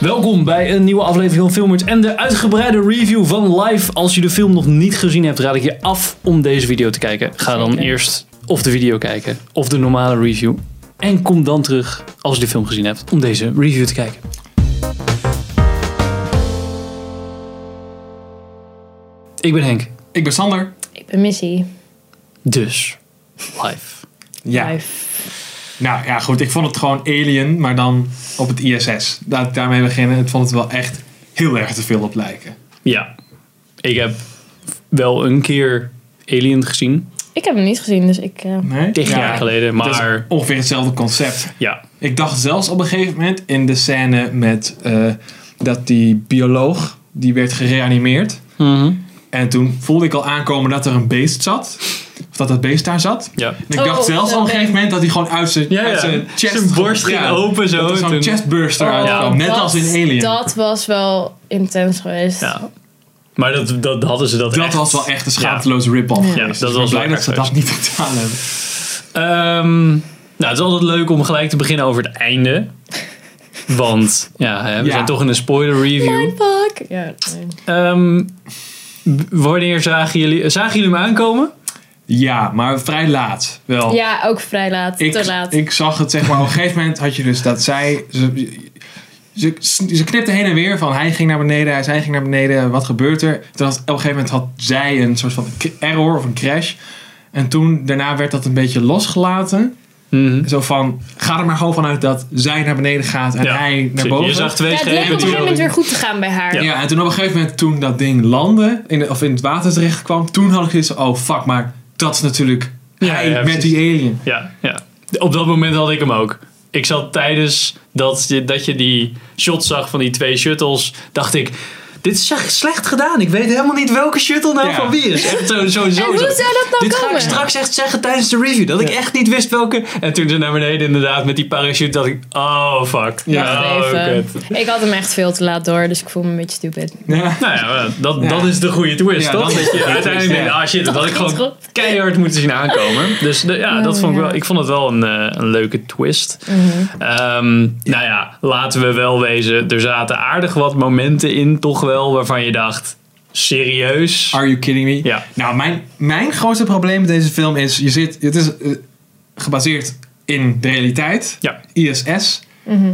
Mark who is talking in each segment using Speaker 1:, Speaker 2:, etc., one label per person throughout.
Speaker 1: Welkom bij een nieuwe aflevering van Filmers en de uitgebreide review van Live. Als je de film nog niet gezien hebt, raad ik je af om deze video te kijken. Ga dan
Speaker 2: Zeker.
Speaker 1: eerst of de video kijken of de normale review. En kom dan terug als je de film gezien hebt om deze review te kijken. Ik ben Henk,
Speaker 3: Ik ben Sander.
Speaker 2: Ik ben Missy.
Speaker 1: dus Live.
Speaker 3: Ja.
Speaker 2: Live.
Speaker 3: Nou ja, goed. Ik vond het gewoon Alien, maar dan op het ISS. Laat ik daarmee beginnen. Ik vond het wel echt heel erg te veel op lijken.
Speaker 1: Ja, ik heb wel een keer Alien gezien,
Speaker 2: Ik heb hem niet gezien, dus ik... eh,
Speaker 3: Nee?
Speaker 1: tig
Speaker 3: Ja,
Speaker 1: jaar geleden,
Speaker 3: het is
Speaker 1: maar
Speaker 3: ongeveer hetzelfde concept.
Speaker 1: ja.
Speaker 3: Ik dacht zelfs op een gegeven moment in de scène met eh, dat die bioloog, die werd gereanimeerd.
Speaker 1: Mhm.
Speaker 3: En toen voelde ik al aankomen dat er een beest zat. Of dat dat beest daar zat.
Speaker 1: Ja.
Speaker 3: En ik
Speaker 2: Oh,
Speaker 3: dacht zelfs op een
Speaker 2: nee.
Speaker 3: gegeven moment dat hij gewoon uit zijn,
Speaker 1: Ja,
Speaker 3: uit
Speaker 1: ja.
Speaker 3: zijn chest...
Speaker 1: Zijn borst ging open zo.
Speaker 3: Dat er zo'n
Speaker 1: Toen-
Speaker 3: chestburster
Speaker 2: oh,
Speaker 3: uitkwam. Net
Speaker 2: dat-
Speaker 3: als in Alien.
Speaker 2: Dat was wel intens geweest.
Speaker 1: Ja. Maar dat, dat hadden ze dat,
Speaker 3: Dat
Speaker 1: echt.
Speaker 3: was wel echt een schaamteloze rip-off
Speaker 2: Ja,
Speaker 3: geweest.
Speaker 1: dat
Speaker 3: Dus ik
Speaker 1: was
Speaker 3: ben blij
Speaker 1: wel
Speaker 3: dat ze
Speaker 1: erg
Speaker 3: dat niet gedaan hebben.
Speaker 1: Ehm, nou, het is altijd leuk om gelijk te beginnen over het einde. Want ja, hè, we
Speaker 3: Ja.
Speaker 1: zijn toch in een spoiler review.
Speaker 2: Mindfuck. Ja, nee.
Speaker 1: Ehm, w- wanneer zagen jullie, zagen jullie hem aankomen?
Speaker 3: Ja, maar vrij laat wel.
Speaker 2: ja, ook vrij laat. te laat.
Speaker 3: Oh. ik zag het zeg maar. Op een gegeven moment had je dus dat zij... Ze, ze, ze knipte heen en weer van hij ging naar beneden, hij zij ging naar beneden, wat gebeurt er? Toen had, op een gegeven moment had zij een soort van k- error of een crash. En toen daarna werd dat een beetje losgelaten. Zo van, ga er maar gewoon vanuit dat zij naar beneden gaat en
Speaker 1: Ja.
Speaker 3: hij naar boven.
Speaker 1: Je zag twee
Speaker 2: ja, het leek op een
Speaker 1: strepen.
Speaker 2: gegeven moment weer goed te gaan bij haar.
Speaker 3: Ja. en toen op een gegeven moment, toen dat ding landde, in de- of in het water terecht kwam, toen had ik zoiets van, oh fuck, maar dat is natuurlijk
Speaker 1: Ja,
Speaker 3: hij
Speaker 1: ja,
Speaker 3: met
Speaker 1: precies.
Speaker 3: die alien.
Speaker 1: Ja, ja. Op dat moment had ik hem ook. Ik zat tijdens dat je, dat je die shot zag van die twee shuttles, dacht ik, dit is echt slecht gedaan. Ik weet helemaal niet welke shuttle nou
Speaker 3: Ja.
Speaker 1: van wie is. Echt zo, zo, zo.
Speaker 2: En hoe
Speaker 1: zo.
Speaker 2: zou dat nou
Speaker 1: Dit ga ik
Speaker 2: komen?
Speaker 1: straks echt zeggen tijdens de review. Dat ik echt niet wist welke. En toen ze naar beneden inderdaad met die parachute dacht ik, oh fuck.
Speaker 3: Ja.
Speaker 1: Oh,
Speaker 2: Even.
Speaker 1: kut.
Speaker 2: ik had hem echt veel te laat door, dus ik voel me een beetje stupid.
Speaker 3: Ja.
Speaker 1: Nou ja, dat,
Speaker 3: Ja.
Speaker 1: dat is de goede twist,
Speaker 3: Ja,
Speaker 1: toch?
Speaker 3: dat is
Speaker 1: Dat
Speaker 3: de
Speaker 1: je
Speaker 3: goede
Speaker 1: uiteindelijk
Speaker 3: twist,
Speaker 1: denkt,
Speaker 3: ja.
Speaker 1: ah shit, dat had ik
Speaker 2: ging
Speaker 1: gewoon
Speaker 2: goed.
Speaker 1: keihard moeten zien aankomen. Dus de- ja, dat
Speaker 2: Oh,
Speaker 1: vond ik,
Speaker 2: ja. Mhm.
Speaker 1: wel, ik vond het wel een, eh, een leuke twist. Ehm, Nou ja, laten we wel wezen, er zaten aardig wat momenten in toch wel waarvan je dacht, serieus?
Speaker 3: Are you kidding me?
Speaker 1: Ja.
Speaker 3: Nou, mijn, mijn grootste probleem met deze film is, je zit, het is eh, gebaseerd in de realiteit,
Speaker 1: Ja.
Speaker 3: ISS.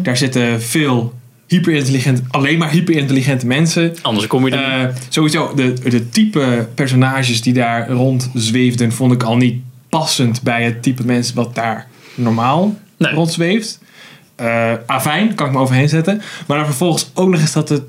Speaker 3: Daar zitten veel hyperintelligent, alleen maar hyperintelligente mensen.
Speaker 1: Anders kom je er niet.
Speaker 3: Eh, sowieso, de, de type personages die daar rondzweefden, vond ik al niet passend bij het type mensen wat daar normaal
Speaker 1: Nee.
Speaker 3: rondzweeft. Eh afijn, kan ik me overheen zetten. Maar dan vervolgens ook nog eens dat het.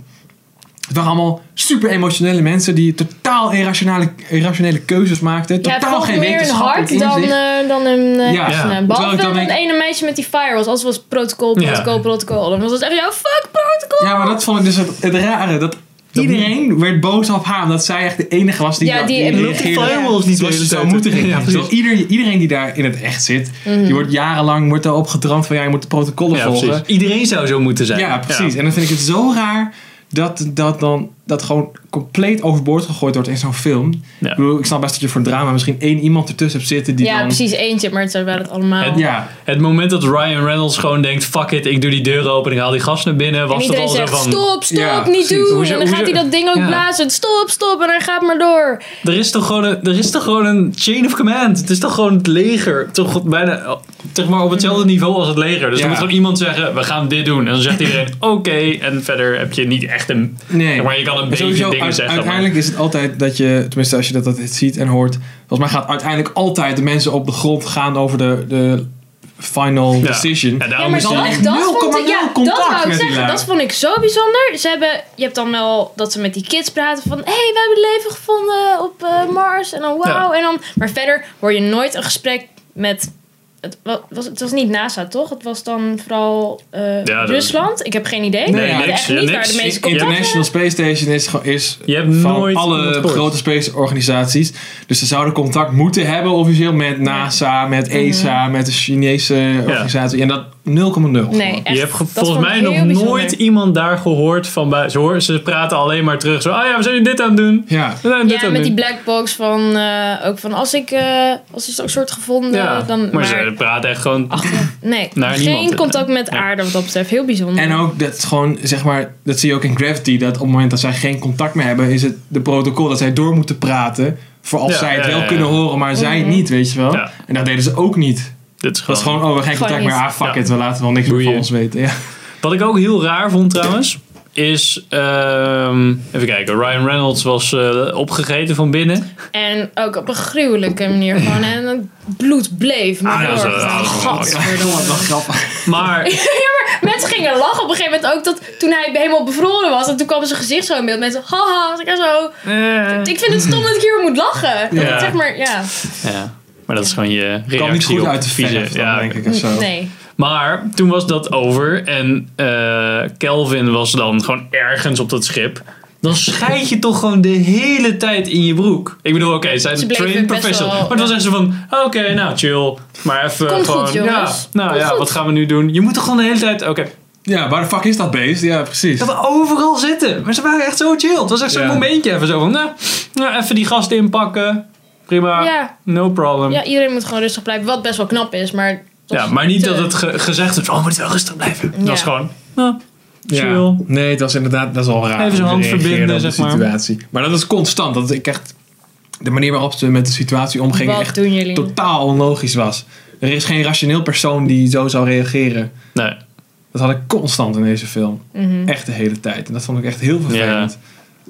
Speaker 3: Het waren allemaal super emotionele mensen die totaal irrationele, irrationele keuzes maakten.
Speaker 2: Ja, het
Speaker 3: totaal
Speaker 2: valt
Speaker 3: geen
Speaker 2: meer een
Speaker 3: wetenschappelijk
Speaker 2: hart dan,
Speaker 3: inzicht.
Speaker 2: eh, dan een eh hersenen.
Speaker 3: Ja.
Speaker 1: Ja.
Speaker 3: Terwijl
Speaker 2: Behalve
Speaker 3: ik dan
Speaker 2: dat
Speaker 3: denk-
Speaker 2: ene meisje met die fire was. Als was protocol,
Speaker 1: Ja.
Speaker 2: protocol, protocol. Dan was het echt, ja, fuck protocol.
Speaker 3: ja, maar dat vond ik dus het, het rare. Dat iedereen werd boos op haar omdat zij echt de enige was die
Speaker 2: Ja,
Speaker 3: daar-
Speaker 2: die-
Speaker 3: die
Speaker 2: Multiple
Speaker 3: reageerde.
Speaker 1: Firewalls niet
Speaker 3: zoals je
Speaker 1: de hele
Speaker 3: zou
Speaker 1: tijd.
Speaker 3: moeten
Speaker 1: Ja,
Speaker 3: reageren.
Speaker 1: precies.
Speaker 3: Terwijl ieder, iedereen die daar in het echt zit,
Speaker 2: Mhm.
Speaker 3: die wordt jarenlang wordt erop gedramd van ja, je moet de protocollen
Speaker 1: Ja,
Speaker 3: volgen.
Speaker 1: precies. Iedereen zou zo moeten zijn.
Speaker 3: Ja, precies. En dan vind ik het zo raar dat dat dan dat gewoon compleet overboord gegooid wordt in zo'n film.
Speaker 1: Ja.
Speaker 3: Ik, bedoel, ik snap best dat je voor drama misschien één iemand ertussen hebt zitten die
Speaker 2: ja,
Speaker 3: dan...
Speaker 2: precies eentje, maar het zijn wel het allemaal.
Speaker 1: Het-
Speaker 3: Ja,
Speaker 1: Het moment dat Ryan Reynolds gewoon denkt, fuck it, ik doe die deur open en ik haal die gas naar binnen,
Speaker 2: en
Speaker 1: was dat
Speaker 2: iedereen
Speaker 1: al zo
Speaker 2: zegt,
Speaker 1: van...
Speaker 2: stop, stop,
Speaker 3: Ja,
Speaker 2: niet
Speaker 3: precies.
Speaker 2: doen.
Speaker 1: Hoezo-
Speaker 2: en dan gaat
Speaker 1: hoezo-
Speaker 2: hij dat ding ook
Speaker 1: Ja.
Speaker 2: blazen. Stop, stop, en hij gaat maar door.
Speaker 1: Er is, toch gewoon een, er is toch gewoon een chain of command? Het is toch gewoon het leger? Toch bijna oh, zeg maar op hetzelfde niveau als het leger. Dus
Speaker 3: Mhm. Ja.
Speaker 1: dan moet gewoon iemand zeggen: we gaan dit doen. En dan zegt iedereen: oké. En verder heb je niet echt een.
Speaker 3: nee.
Speaker 1: zeg maar je kan een
Speaker 3: En
Speaker 1: beetje
Speaker 3: sowieso,
Speaker 1: dingen
Speaker 3: uit-
Speaker 1: zeggen. maar-
Speaker 3: uiteindelijk is het altijd dat je, tenminste als je dat, dat ziet en hoort, volgens mij gaat uiteindelijk altijd de mensen op de grond gaan over de, de final
Speaker 1: Ja.
Speaker 3: decision.
Speaker 1: Ja, daarom
Speaker 2: ja, maar
Speaker 1: is
Speaker 2: dat,
Speaker 1: het-
Speaker 3: echt
Speaker 2: dat vond
Speaker 3: 0,0
Speaker 2: ik, ja, dat
Speaker 3: contact
Speaker 2: wou ik
Speaker 3: met die
Speaker 2: zeggen.
Speaker 3: lui.
Speaker 2: Dat vond ik zo bijzonder. Ze hebben, je hebt dan wel dat ze met die kids praten van... Hé, hey, we hebben leven gevonden op eh, Mars. En dan wauw. En dan, maar verder hoor je nooit een gesprek met... Het wa- was, het was niet NASA, toch? Het was dan vooral eh,
Speaker 1: Ja, dat-
Speaker 2: Rusland. Ik heb geen idee.
Speaker 3: Nee,
Speaker 2: Ik weet
Speaker 1: niks,
Speaker 2: echt niet
Speaker 1: niks.
Speaker 2: waar de meeste
Speaker 1: Ja.
Speaker 2: contact
Speaker 3: International Space Station is, gewoon- is
Speaker 1: Je hebt
Speaker 3: van
Speaker 1: nooit iemand
Speaker 3: alle
Speaker 1: gehoord.
Speaker 3: grote space organisaties. Dus ze zouden
Speaker 2: Mhm.
Speaker 3: contact moeten hebben officieel met NASA, met ESA, met de Chinese organisatie. En dat 0,0.
Speaker 2: Nee, echt.
Speaker 1: Je hebt ge-
Speaker 2: Dat
Speaker 1: volgens
Speaker 2: vond ik
Speaker 1: mij
Speaker 2: heel
Speaker 1: nog
Speaker 2: bijzonder.
Speaker 1: nooit iemand daar gehoord van. bij- Ze, hoor, ze praten alleen maar terug. Zo, ah ja, we zijn dit aan het doen.
Speaker 3: Ja.
Speaker 1: We zijn dit
Speaker 2: Ja,
Speaker 1: aan
Speaker 2: met
Speaker 1: het doen.
Speaker 2: die black box van eh, ook van als ik eh, als is ook soort gevonden
Speaker 1: ja.
Speaker 2: dan
Speaker 1: maar, ze praten echt gewoon.
Speaker 2: nee
Speaker 1: naar
Speaker 2: geen
Speaker 1: niemand. eh,
Speaker 2: contact met aarde wat dat betreft heel bijzonder
Speaker 3: En ook dat gewoon, zeg maar, dat zie je ook in Gravity, dat op het moment dat zij geen contact meer hebben, is het de protocol dat zij door moeten praten. Voor als
Speaker 1: Ja,
Speaker 3: zij het
Speaker 1: ja,
Speaker 3: wel
Speaker 1: ja, ja.
Speaker 3: kunnen horen, maar zij
Speaker 2: Mhm.
Speaker 3: niet, weet je wel.
Speaker 1: Ja.
Speaker 3: En dat deden ze ook niet.
Speaker 1: dit is
Speaker 3: Dat is
Speaker 1: gewoon.
Speaker 3: gewoon, oh, we hebben geen
Speaker 2: Gewoon
Speaker 3: contact meer.
Speaker 2: niet.
Speaker 3: Ah, fuck
Speaker 1: Ja.
Speaker 3: it, we laten wel niks meer van
Speaker 1: Boeien.
Speaker 3: ons weten. Ja.
Speaker 1: Wat ik ook heel raar vond trouwens. Is, ehm, even kijken, Ryan Reynolds was eh, opgegeten van binnen.
Speaker 2: en ook op een gruwelijke manier gewoon en het bloed bleef maar
Speaker 1: Ah, ja,
Speaker 2: door.
Speaker 1: zo, ah,
Speaker 2: Gadverdamme.
Speaker 3: Wat wel grappig.
Speaker 1: Maar
Speaker 2: mensen gingen lachen op een gegeven moment ook dat toen hij helemaal bevroren was en toen kwam zijn gezicht zo in beeld mensen haha zeg maar zo
Speaker 1: eh,
Speaker 2: ik vind het stom dat ik hier moet lachen
Speaker 1: Ja.
Speaker 2: Dat zeg maar ja
Speaker 1: Ja, maar dat is gewoon je reactie
Speaker 3: Kan niet goed
Speaker 1: op
Speaker 3: uit de
Speaker 1: vieze-
Speaker 3: verf, dan,
Speaker 1: ja,
Speaker 3: denk ik. Of zo.
Speaker 2: nee
Speaker 1: Maar toen was dat over en eh, Kelvin was dan gewoon ergens op dat schip. Dan scheid je toch gewoon de hele tijd in je broek. Ik bedoel, oké, zij
Speaker 2: Ze
Speaker 1: zijn
Speaker 2: bleven
Speaker 1: trained
Speaker 2: best
Speaker 1: professional.
Speaker 2: wel-
Speaker 1: maar het was echt zo van, oké, nou chill. Maar even
Speaker 2: Komt
Speaker 1: gewoon,
Speaker 2: goed,
Speaker 1: ja,
Speaker 2: jongens.
Speaker 1: nou
Speaker 2: Komt
Speaker 1: ja,
Speaker 2: goed.
Speaker 1: wat gaan we nu doen? Je moet toch gewoon de hele tijd, oké.
Speaker 3: Ja, waar de fuck is dat beest? Ja, precies.
Speaker 1: Dat we overal zitten. Maar ze waren echt zo chill. Het was echt zo'n
Speaker 3: Ja.
Speaker 1: momentje even zo van, nou, nou, even die gasten inpakken. Prima,
Speaker 2: ja
Speaker 1: no problem.
Speaker 2: ja iedereen moet gewoon rustig blijven wat best wel knap is maar het was
Speaker 1: Ja, maar niet
Speaker 2: te-
Speaker 1: dat het ge- gezegd is, oh, moet wel rustig blijven. Dat
Speaker 2: Ja.
Speaker 1: was gewoon, nou,
Speaker 3: Ja.
Speaker 1: chill.
Speaker 3: Nee, dat is inderdaad dat is al raar.
Speaker 1: Even zijn
Speaker 3: hoe
Speaker 1: hand
Speaker 3: ze reageren
Speaker 1: verbinden,
Speaker 3: op de
Speaker 1: zeg maar.
Speaker 3: situatie. Maar dat is constant. Dat ik echt de manier waarop ze met de situatie omgingen
Speaker 2: wat
Speaker 3: echt
Speaker 2: doen jullie
Speaker 3: totaal onlogisch was. Er is geen rationeel persoon die zo zou reageren.
Speaker 1: Nee.
Speaker 3: Dat had ik constant in deze film.
Speaker 2: Mhm.
Speaker 3: Echt de hele tijd. En dat vond ik echt heel vervelend.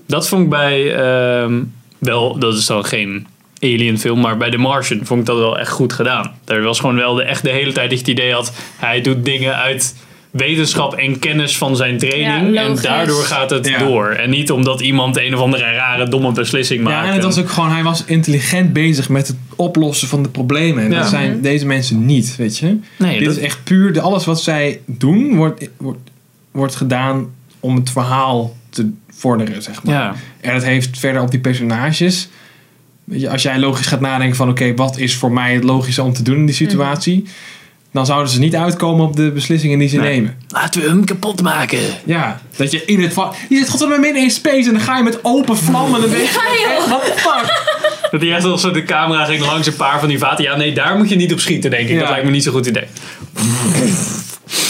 Speaker 1: Dat vond ik bij, ehm, wel, dat is dan geen alien film, maar bij The Martian vond ik dat wel echt goed gedaan. Daar was gewoon wel de, echt de hele tijd dat je het idee had, hij doet dingen uit wetenschap en kennis van zijn training
Speaker 2: Ja,
Speaker 1: en
Speaker 2: logisch.
Speaker 1: daardoor gaat het
Speaker 3: Ja.
Speaker 1: door. En niet omdat iemand een of andere rare domme beslissing
Speaker 3: Ja,
Speaker 1: maakt.
Speaker 3: en het was ook gewoon, hij was intelligent bezig met het oplossen van de problemen. En
Speaker 1: Ja.
Speaker 3: dat
Speaker 2: Mhm.
Speaker 3: zijn deze mensen niet, weet je.
Speaker 1: nee,
Speaker 3: Dit
Speaker 1: dat,
Speaker 3: is echt puur, de, alles wat zij doen wordt, wordt, wordt gedaan om het verhaal te vorderen, zeg maar.
Speaker 1: ja.
Speaker 3: En het heeft verder op die personages. Weet je, als jij logisch gaat nadenken van oké, wat is voor mij het logische om te doen in
Speaker 1: Mhm.
Speaker 3: die situatie? Dan zouden ze niet uitkomen op de beslissingen die ze
Speaker 1: Nee.
Speaker 3: nemen.
Speaker 1: Laten we hem kapot maken.
Speaker 3: Ja, dat je in het va- Je zit godverdomme midden in space en dan ga je met open vlammen en dan weet
Speaker 2: Ja, joh.
Speaker 3: Wat de fuck?
Speaker 1: Dat hij echt als de camera ging langs een paar van die vaten. Ja, nee, daar moet je niet op schieten, denk ik.
Speaker 3: Ja.
Speaker 1: Dat lijkt me niet zo'n goed idee.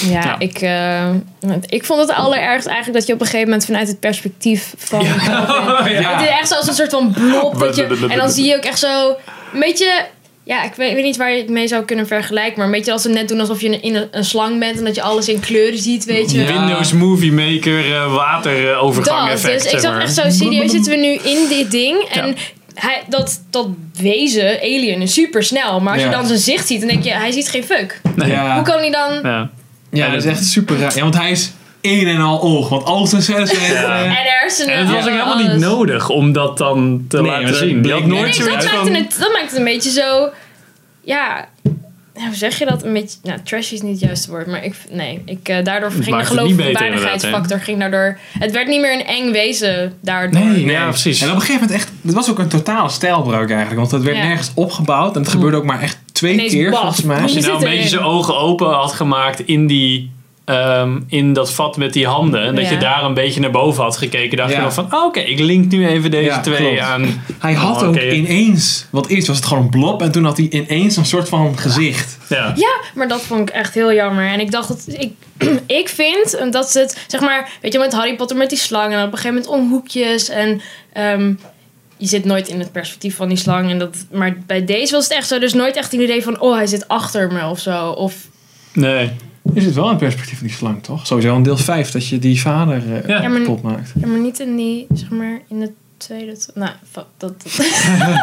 Speaker 2: Ja,
Speaker 1: Ja.
Speaker 2: Ik, eh, want ik vond het allerergst eigenlijk dat je op een gegeven moment vanuit het perspectief van.
Speaker 3: Ja.
Speaker 2: Het is echt zoals een soort van blob. Dat je, en dan zie je ook echt zo. Een beetje. Ja, ik weet, ik weet niet waar je het mee zou kunnen vergelijken. Maar een beetje als ze net doen alsof je in een, een slang bent. En dat je alles in kleuren ziet, weet je.
Speaker 3: Ja.
Speaker 1: Windows Movie Maker eh, waterovergang
Speaker 2: Dat,
Speaker 1: effect,
Speaker 2: dus ik
Speaker 1: zeg
Speaker 2: dacht
Speaker 1: maar.
Speaker 2: echt zo, serieus zitten we nu in dit ding en
Speaker 1: Ja.
Speaker 2: hij, dat, dat wezen, alien, is super snel. Maar als
Speaker 3: Ja.
Speaker 2: je dan zijn zicht ziet, dan denk je, hij ziet geen fuck.
Speaker 1: Nee. Ja.
Speaker 2: Hoe
Speaker 3: Ja,
Speaker 2: kan hij dan...
Speaker 3: ja, dat is echt super raar. Ja, want hij is een en al oog. Want al zijn sensoren...
Speaker 1: Ja.
Speaker 3: eh,
Speaker 2: En hersenen.
Speaker 1: En het was ook helemaal niet
Speaker 2: alles.
Speaker 1: nodig om dat dan te
Speaker 3: Nee, maar
Speaker 1: laten
Speaker 3: dat
Speaker 1: zien. Je
Speaker 3: bleek
Speaker 1: had
Speaker 3: net
Speaker 1: nooit
Speaker 2: Nee,
Speaker 1: zoiets
Speaker 2: dat
Speaker 1: van...
Speaker 2: maakte, het, dat maakte het een beetje zo. Ja. ja, Hoe zeg je dat? Een beetje. Nou, trash is niet het juiste woord, maar ik. Nee, ik, eh, daardoor ging de
Speaker 1: maakt het niet beter,
Speaker 2: geloofwaardigheidsfactor. Ging daardoor. Het werd niet meer een eng wezen daardoor.
Speaker 1: Nee, ja, precies.
Speaker 3: En op een gegeven moment echt... Het was ook een totale stijlbreuk eigenlijk. Want dat werd
Speaker 2: Ja.
Speaker 3: nergens opgebouwd. En het gebeurde ook maar echt twee
Speaker 2: Ineens Oh,
Speaker 3: keer
Speaker 2: baf.
Speaker 3: volgens mij.
Speaker 1: Als je
Speaker 2: Je
Speaker 1: nou een
Speaker 2: zit
Speaker 1: beetje
Speaker 2: erin.
Speaker 1: zijn ogen open had gemaakt in die... ehm, in dat vat met die handen. En dat
Speaker 2: Ja.
Speaker 1: je daar een beetje naar boven had gekeken. Dacht
Speaker 3: Ja.
Speaker 1: je nog van, oh, oké, ik link nu even deze
Speaker 3: Ja,
Speaker 1: twee
Speaker 3: klopt.
Speaker 1: aan.
Speaker 3: Hij had
Speaker 1: Oh,
Speaker 3: ook
Speaker 1: oké.
Speaker 3: ineens, want eerst was het gewoon een blob en toen had hij ineens een soort van gezicht.
Speaker 1: Ja.
Speaker 2: Ja, maar dat vond ik echt heel jammer. En ik dacht dat ik. ik vind dat ze het. Zeg maar. Weet je, met Harry Potter met die slang. En op een gegeven moment om hoekjes. En. ehm, je zit nooit in het perspectief van die slang. En dat, maar bij deze was het echt zo. Dus nooit echt een idee van. Oh, hij zit achter me of zo. Of
Speaker 1: Nee.
Speaker 3: Is het wel een perspectief van die slang, toch? Sowieso in deel 5 dat je die vader eh,
Speaker 1: Ja.
Speaker 2: Ja, maar-
Speaker 3: kapot maakt.
Speaker 2: Ja, maar niet in die, zeg maar, in de tweede... t- Nou, fuck, dat... dat,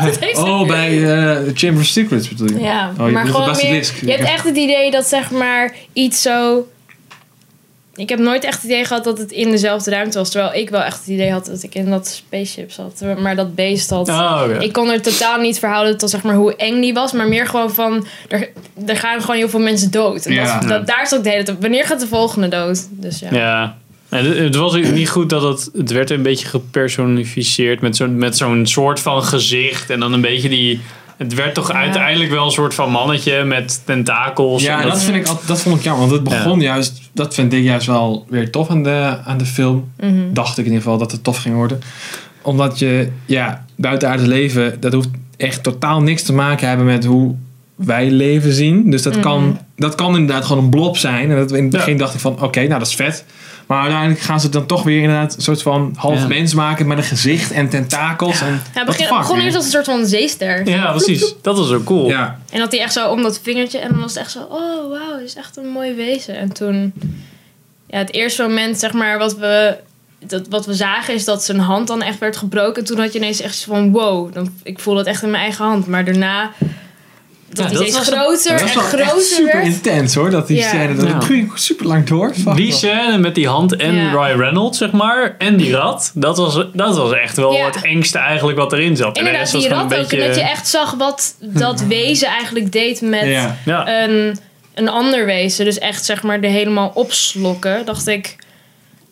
Speaker 2: dat heeft-
Speaker 3: Oh, bij eh, Chamber of Secrets bedoel je?
Speaker 2: Ja,
Speaker 3: Oh, je
Speaker 2: maar
Speaker 3: bedoelt de
Speaker 2: gewoon meer...
Speaker 3: basilisk.
Speaker 2: Je hebt echt het idee dat, zeg maar, iets zo... Ik heb nooit echt het idee gehad dat het in dezelfde ruimte was. Terwijl ik wel echt het idee had dat ik in dat spaceship zat. Maar dat beest had...
Speaker 1: Oh, oké.
Speaker 2: Ik kon er totaal niet verhouden tot zeg maar, hoe eng die was. Maar meer gewoon van, er, er gaan gewoon heel veel mensen dood. En
Speaker 3: Ja.
Speaker 2: dat, dat, daar zat ik de hele tijd op. Wanneer gaat de volgende dood? Dus ja.
Speaker 1: Ja. En het- het was niet goed dat het... Het werd een beetje gepersonificeerd met zo'n met zo'n soort van gezicht. En dan een beetje die Het werd toch uiteindelijk wel een soort van mannetje met tentakels.
Speaker 3: Ja,
Speaker 1: en
Speaker 3: dat, vind ik, al- dat vond ik jammer. Want het
Speaker 1: Ja.
Speaker 3: begon juist, dat vind ik juist wel weer tof aan de, aan de film.
Speaker 2: Mhm.
Speaker 3: Dacht ik in ieder geval dat het tof ging worden. Omdat je, ja, buitenaards leven, dat hoeft echt totaal niks te maken hebben met hoe wij leven zien. Dus dat,
Speaker 2: Mhm.
Speaker 3: kan, dat kan inderdaad gewoon een blob zijn. En dat, in het
Speaker 1: Ja.
Speaker 3: begin dacht ik van, oké, nou dat is vet. Maar uiteindelijk gaan ze het dan toch weer inderdaad een soort van half
Speaker 1: Ja.
Speaker 3: mens maken met een gezicht en tentakels. En,
Speaker 2: Ja, het
Speaker 3: what the
Speaker 2: begin,
Speaker 3: fuck,
Speaker 2: begon
Speaker 3: man?
Speaker 2: eerst als een soort van zeester.
Speaker 1: Ja, precies. Dat was ook cool.
Speaker 3: Ja,
Speaker 2: En dat hij echt zo om dat vingertje en dan was het echt zo, oh wauw, dit is echt een mooi wezen. En toen, ja, het eerste moment zeg maar wat we, dat, wat we zagen is dat zijn hand dan echt werd gebroken. En toen had je ineens echt zo van, wow, dan, ik voel dat echt in mijn eigen hand. Maar daarna, dat
Speaker 1: Ja,
Speaker 2: hij
Speaker 1: dat
Speaker 2: steeds
Speaker 1: was-
Speaker 2: groter en
Speaker 3: dat was wel echt
Speaker 2: groter
Speaker 3: super
Speaker 2: werd.
Speaker 3: intens hoor. Dat die
Speaker 2: Ja.
Speaker 3: scène, dat
Speaker 1: Ja.
Speaker 3: ging super lang door. Fuck,
Speaker 1: Die
Speaker 3: man.
Speaker 1: scène met die hand en
Speaker 2: Ja.
Speaker 1: Ryan Reynolds, zeg maar, en die rat, dat was, dat was echt wel
Speaker 2: Ja.
Speaker 1: het engste eigenlijk wat erin zat. En de
Speaker 2: Inderdaad,
Speaker 1: rest was
Speaker 2: die rat
Speaker 1: gewoon
Speaker 2: ook. En dat je echt zag wat dat wezen eigenlijk deed met
Speaker 3: Ja.
Speaker 1: Ja,
Speaker 2: een, een ander wezen. Dus echt zeg maar er helemaal opslokken. Dacht ik,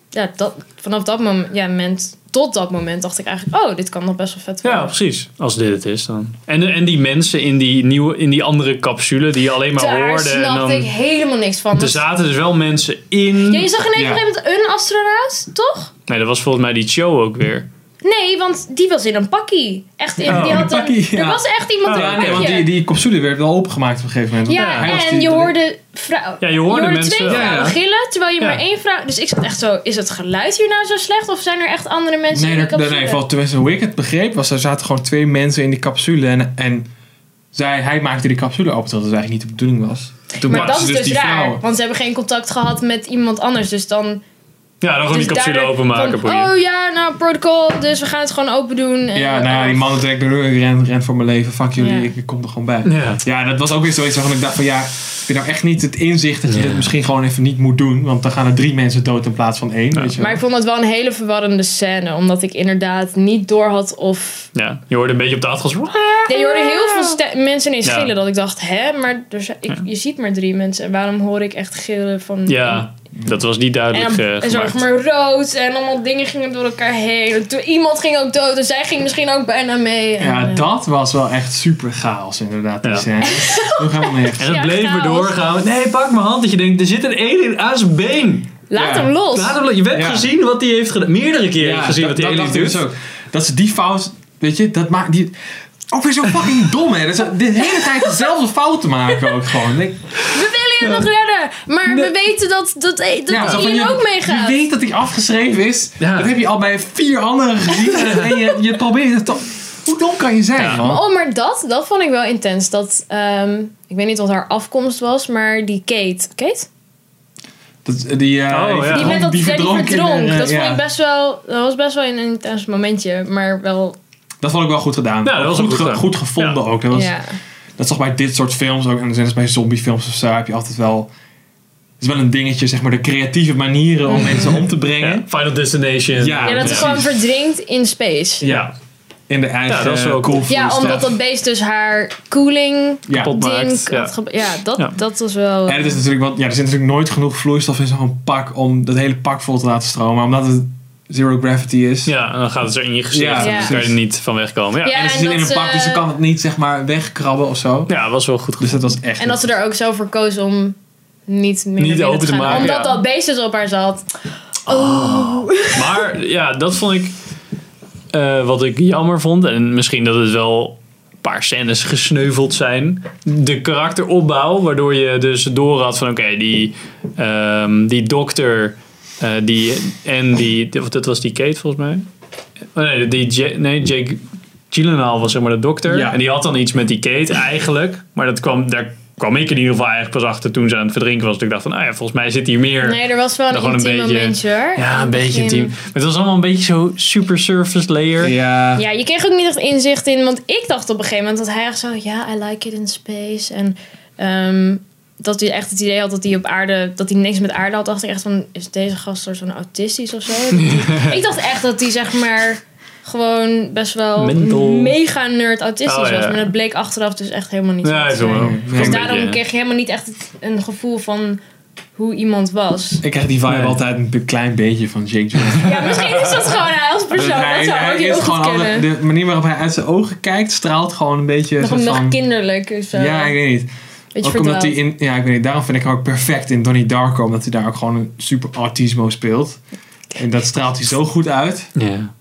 Speaker 2: ja, dat, vanaf dat moment, ja, moment, tot dat moment dacht ik eigenlijk, oh, dit kan nog best wel vet
Speaker 1: ja,
Speaker 2: worden.
Speaker 1: precies. Als dit het is dan. En, en die mensen in die, nieuwe, in die andere capsule die je alleen maar
Speaker 2: Daar
Speaker 1: hoorde. En dan,
Speaker 2: snapte ik helemaal niks van.
Speaker 1: er zaten dus wel mensen in.
Speaker 2: Ja, je zag in een
Speaker 3: Ja.
Speaker 2: gegeven moment een astronaut, toch?
Speaker 1: Nee, dat was volgens mij die show ook weer.
Speaker 2: Nee, want die was in een pakkie. Echt in,
Speaker 1: Oh,
Speaker 2: die had
Speaker 3: een
Speaker 2: een,
Speaker 3: pakkie, ja.
Speaker 2: Er was echt iemand
Speaker 1: Oh,
Speaker 2: in
Speaker 3: Ja,
Speaker 2: een
Speaker 3: nee,
Speaker 2: pakje.
Speaker 3: want die, die capsule werd wel opengemaakt op een gegeven moment. Want
Speaker 2: ja,
Speaker 3: hij was
Speaker 2: en
Speaker 3: die-
Speaker 2: je hoorde vrouwen.
Speaker 1: Ja, je hoorde mensen-
Speaker 2: twee
Speaker 1: Ja,
Speaker 2: vrouwen
Speaker 3: ja.
Speaker 2: gillen, terwijl je
Speaker 1: Ja.
Speaker 2: maar één vrouw. Dus ik zat echt zo: is het geluid hier nou zo slecht? Of zijn er echt andere mensen
Speaker 3: Nee,
Speaker 2: in de
Speaker 3: er, nee,
Speaker 2: capsule?
Speaker 3: nee, valt- tenminste hoe ik het begreep was, er zaten gewoon twee mensen in die capsule en, en zij, hij maakte die capsule open, terwijl dat eigenlijk niet de bedoeling was. Toen
Speaker 2: maar
Speaker 3: maakten
Speaker 2: dat
Speaker 3: ze
Speaker 2: is dus,
Speaker 3: die
Speaker 2: raar,
Speaker 3: vrouwen.
Speaker 2: want ze hebben geen contact gehad met iemand anders. Dus dan.
Speaker 1: Ja, dan gewoon
Speaker 2: dus
Speaker 1: die capsule
Speaker 2: daardoor
Speaker 1: openmaken.
Speaker 2: van,
Speaker 1: boeien.
Speaker 2: oh ja, nou protocol, dus we gaan het gewoon open doen. En,
Speaker 3: Ja, nou, die mannen denken, ik ren, ren voor mijn leven, fuck jullie,
Speaker 2: Ja.
Speaker 3: ik, ik kom er gewoon bij.
Speaker 2: Oh.
Speaker 1: Ja.
Speaker 3: Ja, dat was ook weer zoiets waarvan ik dacht van ja, heb je nou echt niet het inzicht dat je
Speaker 1: Ja.
Speaker 3: het misschien gewoon even niet moet doen, want dan gaan er drie mensen dood in plaats van één,
Speaker 1: Ja.
Speaker 3: weet je wel.
Speaker 2: Maar ik vond het wel een hele verwarrende scène, omdat ik inderdaad niet door had of.
Speaker 1: ja, je hoorde een beetje op de achtergrond.
Speaker 2: Ja, je hoorde heel veel ste- mensen ineens
Speaker 1: Ja.
Speaker 2: gillen, dat ik dacht, hè, maar er zijn- ik, je ziet maar drie mensen. En waarom hoor ik echt gillen van.
Speaker 1: Ja, dat was niet duidelijk
Speaker 2: En, dan-
Speaker 1: eh,
Speaker 2: en zo
Speaker 1: gemaakt.
Speaker 2: zeg maar rood en allemaal dingen gingen door elkaar heen. En toen, iemand ging ook dood en zij ging misschien ook bijna mee. En,
Speaker 3: Ja,
Speaker 2: eh,
Speaker 3: dat was wel echt super chaos inderdaad, die
Speaker 1: Ja.
Speaker 3: scène. Nog helemaal nergens.
Speaker 1: En het
Speaker 2: Ja,
Speaker 1: bleef maar
Speaker 2: chaos.
Speaker 1: doorgaan. Nee, pak mijn hand. Dat je denkt, er zit een alien aan zijn been.
Speaker 2: Laat
Speaker 3: ja.
Speaker 2: hem los.
Speaker 1: Laat hem- je hebt
Speaker 3: Ja.
Speaker 1: gezien wat hij heeft gedaan. Meerdere keren gezien wat die alien
Speaker 3: dacht ik
Speaker 1: doet.
Speaker 3: dus ook. Dat ze die fout, weet je, dat maakt die... Ook weer zo fucking dom, hè. Dat ze de hele tijd dezelfde fouten maken ook gewoon. Ik,
Speaker 2: We willen je nog redden. Maar we weten dat, dat, eh, dat
Speaker 3: zo
Speaker 2: hij
Speaker 3: van,
Speaker 2: hier
Speaker 3: je-
Speaker 2: ook mee gaat.
Speaker 3: Je weet dat hij afgeschreven is.
Speaker 1: Ja.
Speaker 3: Dat heb je al bij vier anderen gezien. en je, je probeert het toch... Hoe dom kan je zijn,
Speaker 1: Ja.
Speaker 3: man?
Speaker 2: Oh, maar dat, dat vond ik wel intens. Dat, ehm, ik weet niet wat haar afkomst was, maar die Kate. Kate?
Speaker 3: Dat, die, eh,
Speaker 1: Oh, ja.
Speaker 2: Die met dat die verdronk.
Speaker 3: in, eh,
Speaker 2: dat,
Speaker 3: ja.
Speaker 2: vond ik best wel, dat was best wel een intens momentje. Maar wel,
Speaker 3: dat vond ik wel goed gedaan.
Speaker 1: Ja, dat was
Speaker 3: goed,
Speaker 1: goed
Speaker 3: ge-
Speaker 1: gedaan.
Speaker 3: goed gevonden
Speaker 1: Ja.
Speaker 3: ook. Dat was,
Speaker 2: ja.
Speaker 3: Dat is toch bij dit soort films ook, en dan zijn ze bij zombiefilms of zo, heb je altijd wel. Het is wel een dingetje, zeg maar, de creatieve manieren om mensen om te
Speaker 1: Ja,
Speaker 3: brengen.
Speaker 1: Final Destination.
Speaker 3: Ja,
Speaker 2: ja, dat ze
Speaker 3: precies.
Speaker 2: gewoon verdrinkt in space.
Speaker 1: Ja.
Speaker 3: In de eigen
Speaker 1: Ja, dat is wel
Speaker 3: cool
Speaker 1: cool.
Speaker 2: Ja, omdat dat beest dus haar koeling
Speaker 1: kapot
Speaker 2: ding
Speaker 1: maakt. Ja.
Speaker 2: had gebe- ja. dat,
Speaker 1: Ja.
Speaker 2: dat was wel...
Speaker 3: En het is natuurlijk, want ja, er zit natuurlijk nooit genoeg vloeistof in zo'n pak om dat hele pak vol te laten stromen. Maar omdat het zero gravity is.
Speaker 1: ja, en dan gaat het er in je gezicht.
Speaker 3: Ja,
Speaker 1: en dan
Speaker 2: precies.
Speaker 1: kan je er niet van wegkomen. Ja.
Speaker 2: Ja.
Speaker 1: ja.
Speaker 3: En het
Speaker 2: en
Speaker 3: zit in
Speaker 2: dat
Speaker 3: een pak,
Speaker 2: ze-
Speaker 3: dus ze kan het niet, zeg maar, wegkrabben of zo.
Speaker 1: was wel goed
Speaker 3: Dus
Speaker 1: gedaan.
Speaker 3: dat was echt.
Speaker 2: En dat ze er ook zo voor koos om niet meer
Speaker 1: Niet
Speaker 2: naar binnen
Speaker 1: open te
Speaker 2: gaan.
Speaker 1: maken,
Speaker 2: Omdat
Speaker 1: ja.
Speaker 2: dat beest dus op haar zat.
Speaker 1: Maar ja, dat vond ik eh, wat ik jammer vond. En misschien dat het wel een paar scènes gesneuveld zijn. De karakteropbouw, waardoor je dus door had van oké, die, ehm, die dokter eh, die, en die, die- dat was die Kate volgens mij. Oh, nee, die Ja- nee, Jake Gyllenhaal was zeg maar de dokter.
Speaker 3: Ja.
Speaker 1: En die had dan iets met die Kate eigenlijk. Maar dat kwam, daar kwam ik in ieder geval eigenlijk pas achter toen ze aan het verdrinken was. Dat ik dacht van, ah ja, volgens mij zit hier meer...
Speaker 2: Nee, er was wel
Speaker 1: Dan
Speaker 2: een
Speaker 1: gewoon een
Speaker 2: intiem
Speaker 1: beetje-
Speaker 2: momentje hoor.
Speaker 1: Ja,
Speaker 2: Aan
Speaker 1: een
Speaker 2: het
Speaker 1: beetje
Speaker 2: begin.
Speaker 1: intiem. Maar het was allemaal een beetje zo super surface layer.
Speaker 3: Ja.
Speaker 2: Ja, je kreeg ook niet echt inzicht in. Want ik dacht op een gegeven moment dat hij echt zo... Ja, I like it in space. En ehm, dat hij echt het idee had dat hij op aarde... Dat hij niks met aarde had. Dacht ik echt van... Is deze gast er zo'n autistisch of zo? Dat hij- ik dacht echt dat hij zeg maar... Gewoon best wel
Speaker 1: Mental.
Speaker 2: mega nerd autistisch
Speaker 1: Oh, ja.
Speaker 2: was. Maar dat bleek achteraf dus echt helemaal niet zo
Speaker 1: Ja,
Speaker 2: te
Speaker 1: ik wil
Speaker 2: zijn.
Speaker 1: wel.
Speaker 3: Dus
Speaker 2: Dus
Speaker 1: Een
Speaker 2: daarom
Speaker 1: beetje-
Speaker 2: kreeg je helemaal niet echt het- een gevoel van hoe iemand was.
Speaker 3: Ik krijg die vibe
Speaker 1: Nee.
Speaker 3: altijd een klein beetje van Jake Johnson.
Speaker 2: Ja, misschien is dat gewoon als persoon,
Speaker 3: Dus hij,
Speaker 2: dat zou
Speaker 3: hij
Speaker 2: ook
Speaker 3: is
Speaker 2: heel goed
Speaker 3: gewoon
Speaker 2: kunnen.
Speaker 3: alle- de manier waarop hij uit zijn ogen kijkt, straalt gewoon een beetje. een
Speaker 2: nog,
Speaker 3: soort
Speaker 2: nog
Speaker 3: van,
Speaker 2: kinderlijk is zo.
Speaker 3: ja, ik weet niet.
Speaker 2: Beetje
Speaker 3: ook omdat hij
Speaker 2: verdwaald.
Speaker 3: in, ja, ik weet niet, daarom vind ik hem ook perfect in Donnie Darko, omdat hij daar ook gewoon een super autismo speelt. En dat straalt hij zo goed uit.
Speaker 1: Ja.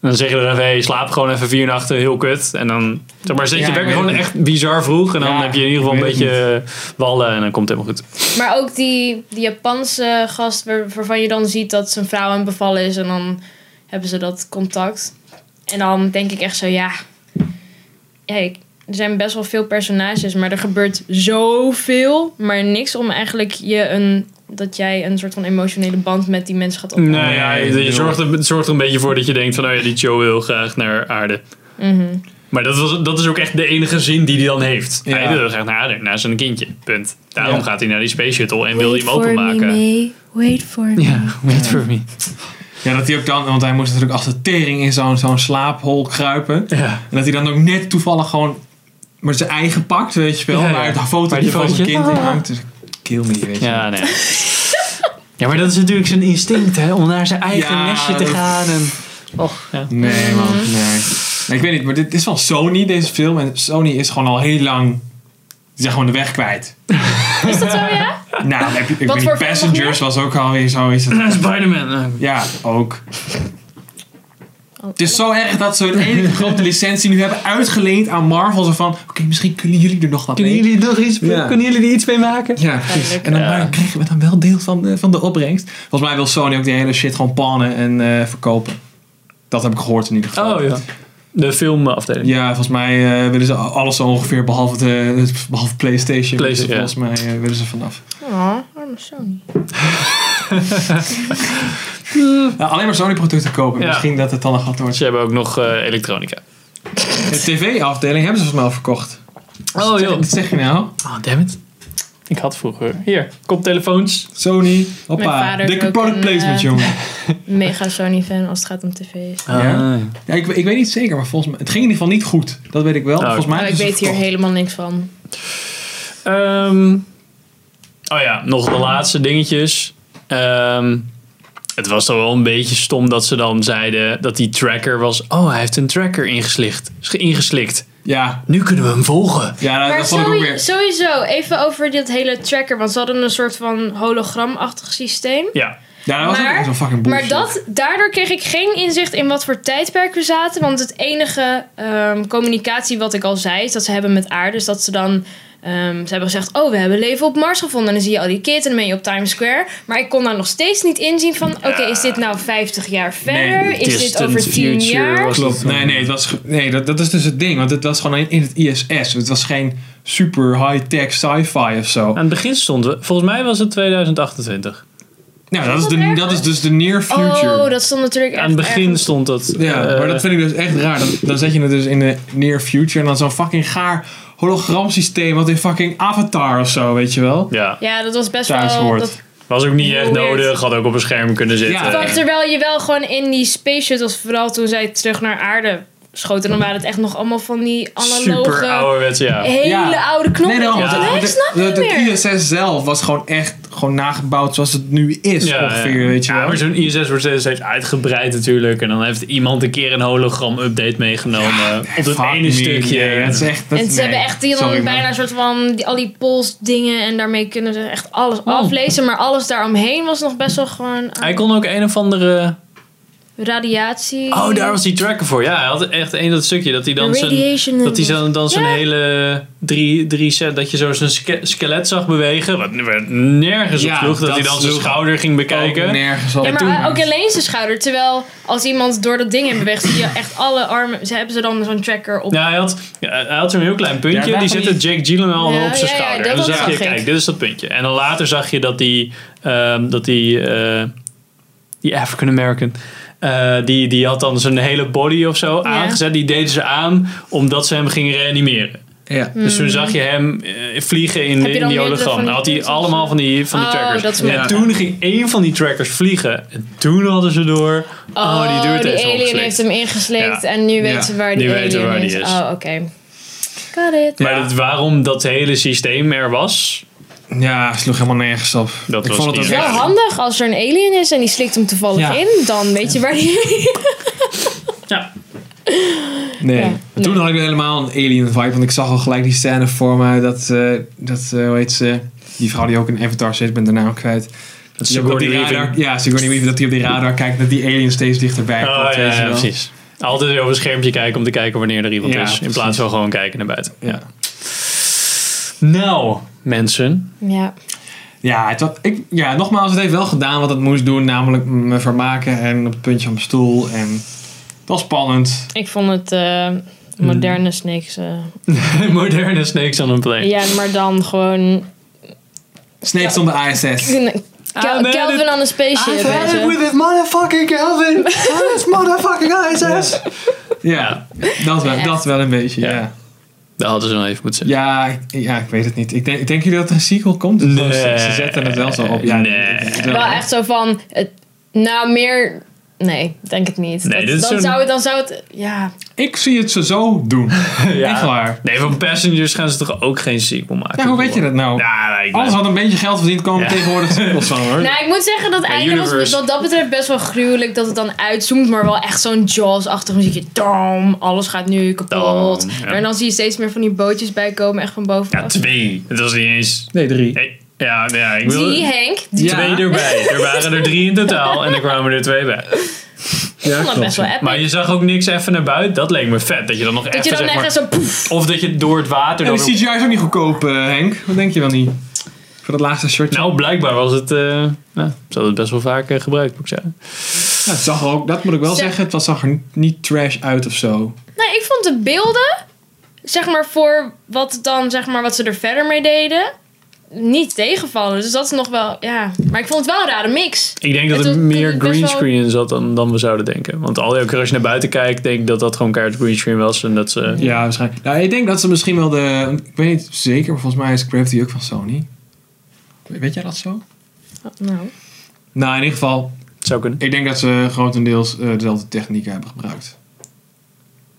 Speaker 1: Dan zeg je dan even, hey, slaap gewoon even vier nachten, heel kut. En dan zeg maar, zit
Speaker 3: Ja,
Speaker 1: je
Speaker 3: ik
Speaker 1: werk
Speaker 3: weet
Speaker 1: gewoon
Speaker 3: het
Speaker 1: echt bizar vroeg. En dan
Speaker 3: Ja,
Speaker 1: heb je in ieder geval
Speaker 3: ik
Speaker 1: een
Speaker 3: weet
Speaker 1: beetje
Speaker 3: het
Speaker 1: wallen en dan komt het helemaal goed.
Speaker 2: Maar ook die, die Japanse gast waar- waarvan je dan ziet dat zijn vrouw aan het bevallen is en dan hebben ze dat contact. En dan denk ik echt zo, ja. ja ik- er zijn best wel veel personages, maar er gebeurt zoveel, maar niks om eigenlijk je een, dat jij een soort van emotionele band met die mensen gaat opbouwen.
Speaker 1: Nou ja,
Speaker 3: Nee,
Speaker 1: je, je
Speaker 3: joh.
Speaker 1: zorgt, er, het zorgt er een beetje voor dat je denkt van, oh ja, die Joe wil graag naar aarde.
Speaker 2: Mhm.
Speaker 1: Maar dat, was, dat is ook echt de enige zin die hij dan heeft.
Speaker 3: Ja.
Speaker 1: Hij wil graag naar aarde, naar zijn kindje. Punt. Daarom
Speaker 3: Ja.
Speaker 1: gaat hij naar die space shuttle en wil
Speaker 2: Wait
Speaker 1: hij hem
Speaker 2: for
Speaker 1: openmaken.
Speaker 2: me, May. Wait for me.
Speaker 1: Ja, wait for me.
Speaker 3: Ja, dat hij ook dan, want hij moest natuurlijk als de tering in zo'n zo'n slaaphol kruipen.
Speaker 1: Ja.
Speaker 3: En dat hij dan ook net toevallig gewoon maar zijn eigen pakt, weet je wel.
Speaker 1: Ja, ja.
Speaker 3: Waar het
Speaker 1: Waar
Speaker 3: fotootje
Speaker 1: die
Speaker 3: van zijn
Speaker 1: fotootje-
Speaker 3: kind in
Speaker 2: Ah.
Speaker 3: hangt. Dus kill me, weet je.
Speaker 1: Ja, nee. Ja, maar dat is natuurlijk zijn instinct, hè? Om naar zijn eigen
Speaker 3: Ja,
Speaker 1: nestje te
Speaker 3: dat-
Speaker 1: gaan. En... Och, ja.
Speaker 3: Nee,
Speaker 2: Mhm.
Speaker 3: man. Nee. Nee, Ik weet niet, maar dit is van Sony, deze film. En Sony is gewoon al heel lang... Die zijn gewoon de weg kwijt.
Speaker 2: Is dat zo, ja?
Speaker 3: Nou, dan heb je,
Speaker 2: Wat
Speaker 3: ik weet
Speaker 2: voor
Speaker 3: niet,
Speaker 2: film
Speaker 3: Passengers was ook alweer zo. Is dat,
Speaker 1: Spider-Man.
Speaker 3: ja, ook.
Speaker 2: Oh.
Speaker 3: Het is zo erg dat ze een enige grote licentie nu hebben uitgeleend aan Marvel. Zo van, oké, misschien kunnen jullie er nog wat mee.
Speaker 1: jullie nog iets,
Speaker 3: Ja.
Speaker 1: jullie er iets mee maken?
Speaker 3: Ja, precies.
Speaker 2: Duidelijk.
Speaker 3: En dan
Speaker 1: Ja.
Speaker 3: maar krijgen we dan wel deel van de, van de opbrengst. Volgens mij wil Sony ook die hele shit gewoon pannen en eh, verkopen. Dat heb ik gehoord in ieder geval.
Speaker 1: Oh ja. De filmafdeling.
Speaker 3: Ja, volgens mij eh, willen ze alles zo ongeveer, behalve, de, behalve PlayStation. willen ze
Speaker 1: Playsta- ja.
Speaker 3: Volgens mij eh, willen ze vanaf.
Speaker 2: Oh, arme Sony.
Speaker 3: Nou, alleen maar Sony-producten kopen.
Speaker 1: Ja.
Speaker 3: Misschien dat het dan nog wat wordt.
Speaker 1: Ze hebben ook nog eh, elektronica.
Speaker 3: De tv-afdeling hebben ze volgens mij al verkocht.
Speaker 1: Oh joh.
Speaker 3: Wat zeg je nou?
Speaker 1: Oh damn it. Ik had vroeger. Hier, koptelefoons.
Speaker 3: Sony,
Speaker 2: Mijn
Speaker 3: hoppa.
Speaker 2: vader is
Speaker 3: Dikke
Speaker 2: ook
Speaker 3: product
Speaker 2: een,
Speaker 3: placement,
Speaker 2: eh,
Speaker 3: jongen.
Speaker 2: Mega Sony-fan als het gaat om tv's.
Speaker 1: Ah,
Speaker 3: Ja. Ja, ik, ik weet niet zeker, maar volgens mij... Het ging in ieder geval niet goed. Dat weet ik wel.
Speaker 1: Oh.
Speaker 3: Volgens mij
Speaker 2: Maar ik
Speaker 3: hebben ze
Speaker 2: weet hier
Speaker 3: verkocht.
Speaker 2: helemaal niks van.
Speaker 1: Ehm, oh ja, nog de laatste dingetjes. Ehm, het was toch wel een beetje stom dat ze dan zeiden dat die tracker was. Oh, hij heeft een tracker ingeslikt. Is ge- ingeslikt.
Speaker 3: Ja,
Speaker 1: Nu kunnen we hem volgen.
Speaker 3: ja dat,
Speaker 2: Maar
Speaker 3: dat vond ik ook
Speaker 2: sowieso,
Speaker 3: weer...
Speaker 2: sowieso, even over dit hele tracker. Want ze hadden een soort van hologramachtig systeem.
Speaker 1: Ja,
Speaker 3: Ja, dat was ook
Speaker 2: Maar-
Speaker 3: echt zo'n fucking
Speaker 2: Maar
Speaker 3: bullshit.
Speaker 2: dat, daardoor kreeg ik geen inzicht in wat voor tijdperk we zaten. Want het enige ehm, communicatie wat ik al zei, is dat ze hebben met aarde. Dus dat ze dan, ehm, ze hebben gezegd, oh we hebben leven op Mars gevonden. En dan zie je al die kids en dan ben je op Times Square. Maar ik kon daar nog steeds niet inzien van, oké is dit nou 50 jaar verder? is dit
Speaker 1: distant
Speaker 2: over 10
Speaker 1: future
Speaker 2: jaar?
Speaker 1: was-
Speaker 3: Klopt. Nee, nee, het was, ge- nee dat, dat is dus het ding. Want het was gewoon in, in het ISS. Het was geen super high-tech sci-fi of zo.
Speaker 1: aan het begin stonden we. Volgens mij was het 2028.
Speaker 3: Nou, dat is, de, dat is dus de near future.
Speaker 2: Oh, dat stond natuurlijk echt
Speaker 1: Aan het begin
Speaker 2: ergens.
Speaker 1: stond dat.
Speaker 3: ja,
Speaker 1: eh,
Speaker 3: maar dat vind ik dus echt raar. Dan, dan zet je het dus in de near future. En dan zo'n fucking gaar hologramsysteem. Wat in fucking Avatar of zo, weet je wel.
Speaker 1: ja.
Speaker 2: Ja, dat was best
Speaker 3: Thuis
Speaker 2: wel...
Speaker 3: hoort.
Speaker 2: Dat,
Speaker 1: was ook niet echt
Speaker 2: Weird.
Speaker 1: nodig. Had ook op een scherm kunnen zitten.
Speaker 3: Ja.
Speaker 2: Want terwijl je wel gewoon in die space shuttles, vooral toen zij terug naar aarde schoten, dan waren het echt nog allemaal van die
Speaker 1: Super
Speaker 2: analoge,
Speaker 1: ouderwets, ja.
Speaker 2: hele
Speaker 3: Ja.
Speaker 2: oude knoppen.
Speaker 3: daarom,
Speaker 2: Ja.
Speaker 1: want het-
Speaker 3: want
Speaker 2: Nee, ik
Speaker 3: het-
Speaker 2: snap
Speaker 3: het-
Speaker 2: niet
Speaker 3: het
Speaker 2: meer.
Speaker 3: ISS zelf was gewoon echt gewoon nagebouwd zoals het nu is ongeveer, weet je
Speaker 1: Ja,
Speaker 3: wel.
Speaker 1: maar zo'n ISS wordt steeds steeds uitgebreid natuurlijk. En dan heeft iemand een keer een hologram-update meegenomen. eh, op dat
Speaker 3: Fuck
Speaker 1: ene
Speaker 3: me,
Speaker 1: stukje.
Speaker 3: nee, dat is echt, dat,
Speaker 2: En ze
Speaker 3: nee.
Speaker 2: hebben echt die dan
Speaker 3: Sorry, maar-
Speaker 2: bijna een soort van die, al die polsdingen en daarmee kunnen ze echt alles
Speaker 3: Oh.
Speaker 2: aflezen. Maar alles daaromheen was nog best wel gewoon aan
Speaker 1: Hij kon ook een of andere...
Speaker 2: radiatie.
Speaker 1: Oh, daar was die tracker voor. Ja, hij had echt één dat stukje. Dat hij dan zijn...
Speaker 2: radiation.
Speaker 1: Dat hij zo- dan zijn
Speaker 2: Ja.
Speaker 1: hele drie, drie set, dat je zo zijn ske- skelet zag bewegen. Wat werd nergens op
Speaker 3: Ja,
Speaker 1: sloeg. Dat,
Speaker 3: dat
Speaker 1: hij dan zijn
Speaker 3: sloeg Oh,
Speaker 1: schouder ging
Speaker 3: Ook
Speaker 1: bekijken.
Speaker 3: nergens op.
Speaker 2: Ja, maar eh,
Speaker 1: toen-
Speaker 2: a- ook alleen zijn schouder. Terwijl als iemand door dat ding heen beweegt, zie je echt alle armen. Ze hebben ze dan zo'n tracker op.
Speaker 1: Ja, hij had, ja, hij had zo'n heel klein puntje.
Speaker 3: Ja,
Speaker 1: die
Speaker 3: daarvan
Speaker 1: zette
Speaker 3: die-
Speaker 1: Jake Gyllenhaal
Speaker 2: Ja,
Speaker 1: op zijn
Speaker 2: ja, ja,
Speaker 1: schouder.
Speaker 2: dat
Speaker 1: en dan
Speaker 2: was
Speaker 1: zag
Speaker 2: wel
Speaker 1: je,
Speaker 2: gek.
Speaker 1: kijk, dit is dat puntje. En dan later zag je dat die... ehm, dat die, eh, die African American... eh, die, die had dan zijn hele body of zo aangezet. Die deden ze aan omdat ze hem gingen reanimeren.
Speaker 3: Ja.
Speaker 1: Dus toen zag je hem eh, vliegen in, de,
Speaker 2: Mm. je
Speaker 1: in
Speaker 2: dan
Speaker 1: die
Speaker 2: meerdere
Speaker 1: hologram.
Speaker 2: van die
Speaker 1: Dan had hij
Speaker 2: punten?
Speaker 1: allemaal van die, van die
Speaker 2: Oh,
Speaker 1: trackers.
Speaker 2: dat is
Speaker 1: en
Speaker 3: mooi.
Speaker 1: toen ging één van die trackers vliegen. En toen hadden ze door... Oh, die duurt heeft hem
Speaker 2: alien
Speaker 1: opgeslikt.
Speaker 2: heeft hem ingeslikt
Speaker 1: Ja.
Speaker 2: en nu weten
Speaker 3: Ja.
Speaker 2: ze waar die
Speaker 1: Nu
Speaker 2: alien
Speaker 1: weten we waar
Speaker 2: is.
Speaker 1: die is.
Speaker 2: Oh, oké. Got it.
Speaker 1: Maar dat, waarom dat hele systeem er was...
Speaker 3: Ja, sloeg helemaal nergens op.
Speaker 1: Dat
Speaker 3: ik
Speaker 1: was
Speaker 3: vond het dus
Speaker 1: niet
Speaker 3: ook
Speaker 2: Wel
Speaker 1: Ja.
Speaker 2: handig als er een alien is en die slikt hem toevallig
Speaker 3: Ja.
Speaker 2: in, dan weet je waar die
Speaker 1: Ja.
Speaker 3: Nee.
Speaker 2: Ja,
Speaker 3: Maar Toen
Speaker 2: nee.
Speaker 3: had ik helemaal een alien vibe, want ik zag al gelijk die scène voor me. Dat, eh, dat eh, hoe heet ze? Die vrouw die ook in Avatar zit, ik ben de naam kwijt.
Speaker 1: Dat
Speaker 3: Die ook op die radar, ja, Sigourney Weaver, dat die op die radar kijkt, dat die alien steeds dichterbij komt.
Speaker 1: Oh, ja,
Speaker 3: weet je
Speaker 1: ja,
Speaker 3: wel.
Speaker 1: precies. Altijd weer op een schermpje kijken om te kijken wanneer er iemand
Speaker 3: Ja,
Speaker 1: is. In
Speaker 3: precies.
Speaker 1: plaats van gewoon kijken naar buiten.
Speaker 3: Ja.
Speaker 1: Nou, mensen.
Speaker 2: Ja.
Speaker 3: Ja, het had- ik, ja, nogmaals, het heeft wel gedaan wat het moest doen. Namelijk me vermaken en op het puntje van mijn stoel. En het was spannend.
Speaker 2: Ik vond het eh, moderne snakes. eh,
Speaker 1: Moderne snakes on a plane.
Speaker 2: ja, maar dan gewoon.
Speaker 3: Snape stond de ISS.
Speaker 1: I made
Speaker 2: Kel- Kelvin
Speaker 1: it.
Speaker 2: aan een spaceship. weet je.
Speaker 3: his motherfucking Calvin. It's motherfucking ISS. Ja,
Speaker 1: Ja.
Speaker 3: dat wel, dat wel een beetje,
Speaker 1: Ja.
Speaker 3: ja.
Speaker 1: Dat hadden ze wel even moeten zeggen.
Speaker 3: Ja, ik- ja ik weet het niet. Ik denk, ik denk jullie dat er een sequel komt?
Speaker 1: Nee.
Speaker 3: Ze ze zetten het wel zo op. Ja,
Speaker 1: Nee.
Speaker 3: het is
Speaker 2: Wel echt zo van. het- nou, meer. Nee, denk het niet.
Speaker 1: Nee,
Speaker 2: Dat-
Speaker 1: dit is
Speaker 2: dan,
Speaker 1: zo'n-
Speaker 2: zou het, dan zou het. Ja.
Speaker 3: Ik zie het ze zo doen.
Speaker 1: Ja.
Speaker 3: Echt waar.
Speaker 1: Nee, van Passengers gaan ze toch ook geen sequel maken?
Speaker 3: Ja, hoe weet je dat nou?
Speaker 1: Ja, nou, ik
Speaker 3: Alles
Speaker 1: ben-
Speaker 3: wat een beetje geld verdient, komen
Speaker 1: Ja.
Speaker 3: tegenwoordig sequels van hoor.
Speaker 2: Nou, ik moet zeggen dat einde was
Speaker 1: Universe.
Speaker 2: wat dat betreft best wel gruwelijk. Dat het dan uitzoomt, maar wel echt zo'n Jaws-achtig muziekje. Dam, alles gaat nu kapot.
Speaker 1: Dam, ja.
Speaker 2: En dan zie je steeds meer van die bootjes bijkomen, echt van
Speaker 1: Ja,
Speaker 2: bovenaf.
Speaker 1: twee. Het was niet eens...
Speaker 3: Nee, drie.
Speaker 1: Nee. Ja, ja, ik wil...
Speaker 2: die Henk, die
Speaker 3: Ja.
Speaker 1: Twee erbij. Er waren er drie in totaal en er kwamen er twee bij.
Speaker 3: Ja,
Speaker 2: vond dat best wel epic.
Speaker 1: Maar je zag ook niks even naar buiten. Dat leek me vet. Dat je dan nog
Speaker 2: dat
Speaker 1: even
Speaker 2: je dan
Speaker 1: zeg maar-
Speaker 2: echt zo poef.
Speaker 1: Of dat je door het water...
Speaker 3: En
Speaker 1: dan
Speaker 3: de CGI is ook niet goedkoop, eh, Henk. Wat denk je wel niet? Voor dat laagste shirtje.
Speaker 1: Nou, blijkbaar was het... eh nou, ze hadden het best wel vaak eh, gebruikt, moet ik zeggen.
Speaker 3: Ja, het zag er ook, dat moet ik wel
Speaker 2: Zeg-
Speaker 3: zeggen, het was, zag er niet- niet trash uit of zo.
Speaker 2: Nee, Nou, ik vond de beelden, zeg maar voor wat, het dan, zeg maar, wat ze er verder mee deden, niet tegenvallen. Dus dat is nog wel, ja. Maar ik vond het wel een rare mix.
Speaker 1: Ik denk dat
Speaker 2: Het
Speaker 1: er
Speaker 2: was-
Speaker 1: meer
Speaker 2: het was best wel-
Speaker 1: greenscreen in zat dan, dan we zouden denken. Want al elke keer als je naar buiten kijkt, denk ik dat dat gewoon keihard greenscreen was. En dat ze...
Speaker 3: Ja, waarschijnlijk. Nou, ik denk dat ze misschien wel de. Ik weet niet zeker, maar volgens mij is Gravity ook van Sony. Weet jij dat zo?
Speaker 2: Nou,
Speaker 3: Nou, in ieder geval,
Speaker 1: Het zou kunnen.
Speaker 3: ik denk dat ze grotendeels eh, dezelfde techniek hebben gebruikt.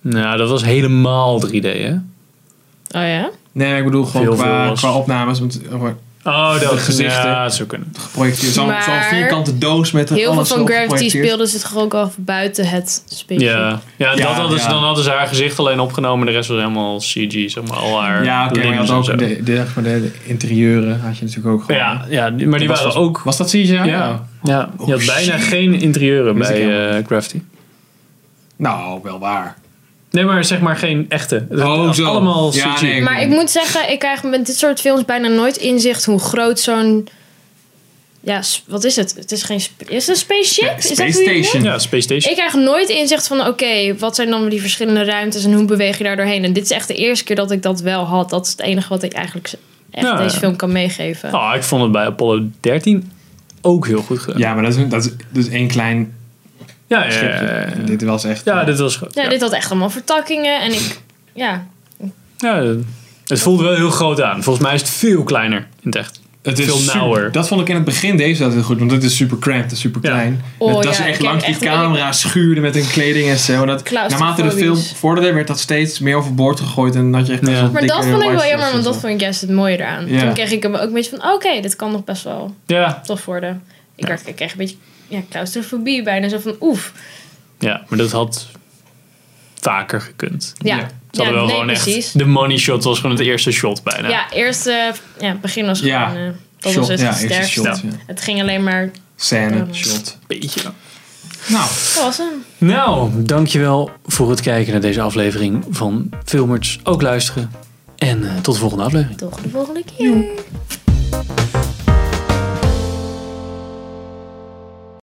Speaker 1: Nou, dat was helemaal 3D, hè?
Speaker 2: oh ja.
Speaker 3: Nee, ik bedoel gewoon
Speaker 1: Veel
Speaker 3: qua,
Speaker 1: volgens-
Speaker 3: qua opnames. Want er wordt
Speaker 1: Oh, dat
Speaker 3: De gezichten.
Speaker 1: Ja, het zou kunnen.
Speaker 3: geprojecteerd. Zo'n
Speaker 2: Maar
Speaker 3: zo'n vierkante doos met
Speaker 2: Heel veel
Speaker 3: alles
Speaker 2: van
Speaker 3: erop
Speaker 2: Gravity
Speaker 3: geprojecteerd.
Speaker 2: speelden ze het gewoon ook al buiten het speeltje.
Speaker 1: Ja, ja,
Speaker 3: Ja,
Speaker 1: dat hadden ze,
Speaker 3: ja.
Speaker 1: dan hadden ze haar gezicht alleen opgenomen. De rest was helemaal CG, zeg maar. Al haar
Speaker 3: Ja, oké, maar je
Speaker 1: limbs
Speaker 3: had
Speaker 1: en
Speaker 3: ook
Speaker 1: zo.
Speaker 3: de, de, maar de, de interieuren had je natuurlijk ook gewoon.
Speaker 1: Ja, ja, die- maar die
Speaker 3: Dat was
Speaker 1: waren
Speaker 3: wel-
Speaker 1: ook...
Speaker 3: Was dat CGI?
Speaker 1: Ja, ja, je had
Speaker 3: Oh,
Speaker 1: bijna
Speaker 3: shit.
Speaker 1: geen interieuren
Speaker 3: Wist ik
Speaker 1: bij
Speaker 3: helemaal
Speaker 1: eh Crafty.
Speaker 3: Nou, wel waar.
Speaker 1: Nee, maar zeg maar geen echte. Het
Speaker 3: Oh,
Speaker 1: was
Speaker 3: zo.
Speaker 1: Allemaal
Speaker 3: Ja,
Speaker 1: CG.
Speaker 3: nee.
Speaker 2: Maar ik moet zeggen, ik krijg met dit soort films bijna nooit inzicht hoe groot zo'n... Ja, s- wat is het? Het is geen... sp- Is het een spaceship? Is dat
Speaker 3: Space
Speaker 2: hoe je het noemt?
Speaker 3: Station.
Speaker 1: Ja, Space Station.
Speaker 2: Ik krijg nooit inzicht van, oké, wat zijn dan die verschillende ruimtes en hoe beweeg je daar doorheen? En dit is echt de eerste keer dat ik dat wel had. Dat is het enige wat ik eigenlijk z- echt
Speaker 1: Ja,
Speaker 2: deze
Speaker 1: ja.
Speaker 2: film kan meegeven.
Speaker 1: Oh, ik vond het bij Apollo 13 ook heel goed gedaan.
Speaker 3: Ja, maar dat is, dat is dus één klein
Speaker 1: Ja, ja,
Speaker 3: schipje.
Speaker 1: ja, ja.
Speaker 3: Dit was echt...
Speaker 1: Eh,
Speaker 3: eh,
Speaker 1: Ja, dit was goed.
Speaker 2: Ja,
Speaker 1: Ja.
Speaker 2: dit had echt allemaal vertakkingen en ik, ja.
Speaker 1: Ja, het voelt wel heel groot aan. Volgens mij is het veel kleiner in het echt.
Speaker 3: het
Speaker 1: veel
Speaker 3: super-
Speaker 1: nauwer.
Speaker 3: Dat vond ik in het begin deze altijd goed, want dit is super cramped en super
Speaker 1: Ja.
Speaker 3: klein.
Speaker 2: Oh,
Speaker 3: dat
Speaker 2: ja,
Speaker 3: ze
Speaker 2: ik
Speaker 3: echt
Speaker 2: heb
Speaker 3: langs die
Speaker 2: echt een-
Speaker 3: camera schuurden met hun kleding en zo. En dat, naarmate de
Speaker 2: Claustrofobisch.
Speaker 3: film vorderde, werd dat steeds meer overboord gegooid en dat je echt best
Speaker 1: Ja.
Speaker 3: wel
Speaker 2: Maar dat
Speaker 3: dikke
Speaker 2: vond ik wel
Speaker 3: white
Speaker 2: jammer, want
Speaker 3: shirts en
Speaker 2: dat
Speaker 3: zo.
Speaker 2: vond ik juist het mooie eraan.
Speaker 3: Ja.
Speaker 2: Toen kreeg ik hem ook een beetje van, oké, dit kan nog best wel
Speaker 1: Ja,
Speaker 2: tof worden. Ik, werd, ik kreeg een beetje ja, claustrofobie bijna, zo van oef.
Speaker 1: ja maar dat had vaker gekund.
Speaker 2: Ja,
Speaker 3: Ja.
Speaker 2: ja.
Speaker 1: Ze hadden wel
Speaker 2: nee,
Speaker 1: gewoon
Speaker 2: precies.
Speaker 1: echt... De money shot was gewoon het eerste shot bijna.
Speaker 2: Ja, eerst, eh, ja, het begin was
Speaker 3: Ja.
Speaker 2: gewoon, eh, dat
Speaker 3: Shot,
Speaker 2: was het
Speaker 3: ja, eerste
Speaker 2: sterkste.
Speaker 3: shot, ja.
Speaker 2: Het ging alleen maar,
Speaker 3: Scène,
Speaker 2: Ja.
Speaker 3: shot.
Speaker 1: Beetje.
Speaker 3: Nou,
Speaker 2: dat was hem.
Speaker 1: Nou, dankjewel voor het kijken naar deze aflevering van Filmers. Ook luisteren. En eh, tot de volgende aflevering.
Speaker 2: Tot de volgende keer.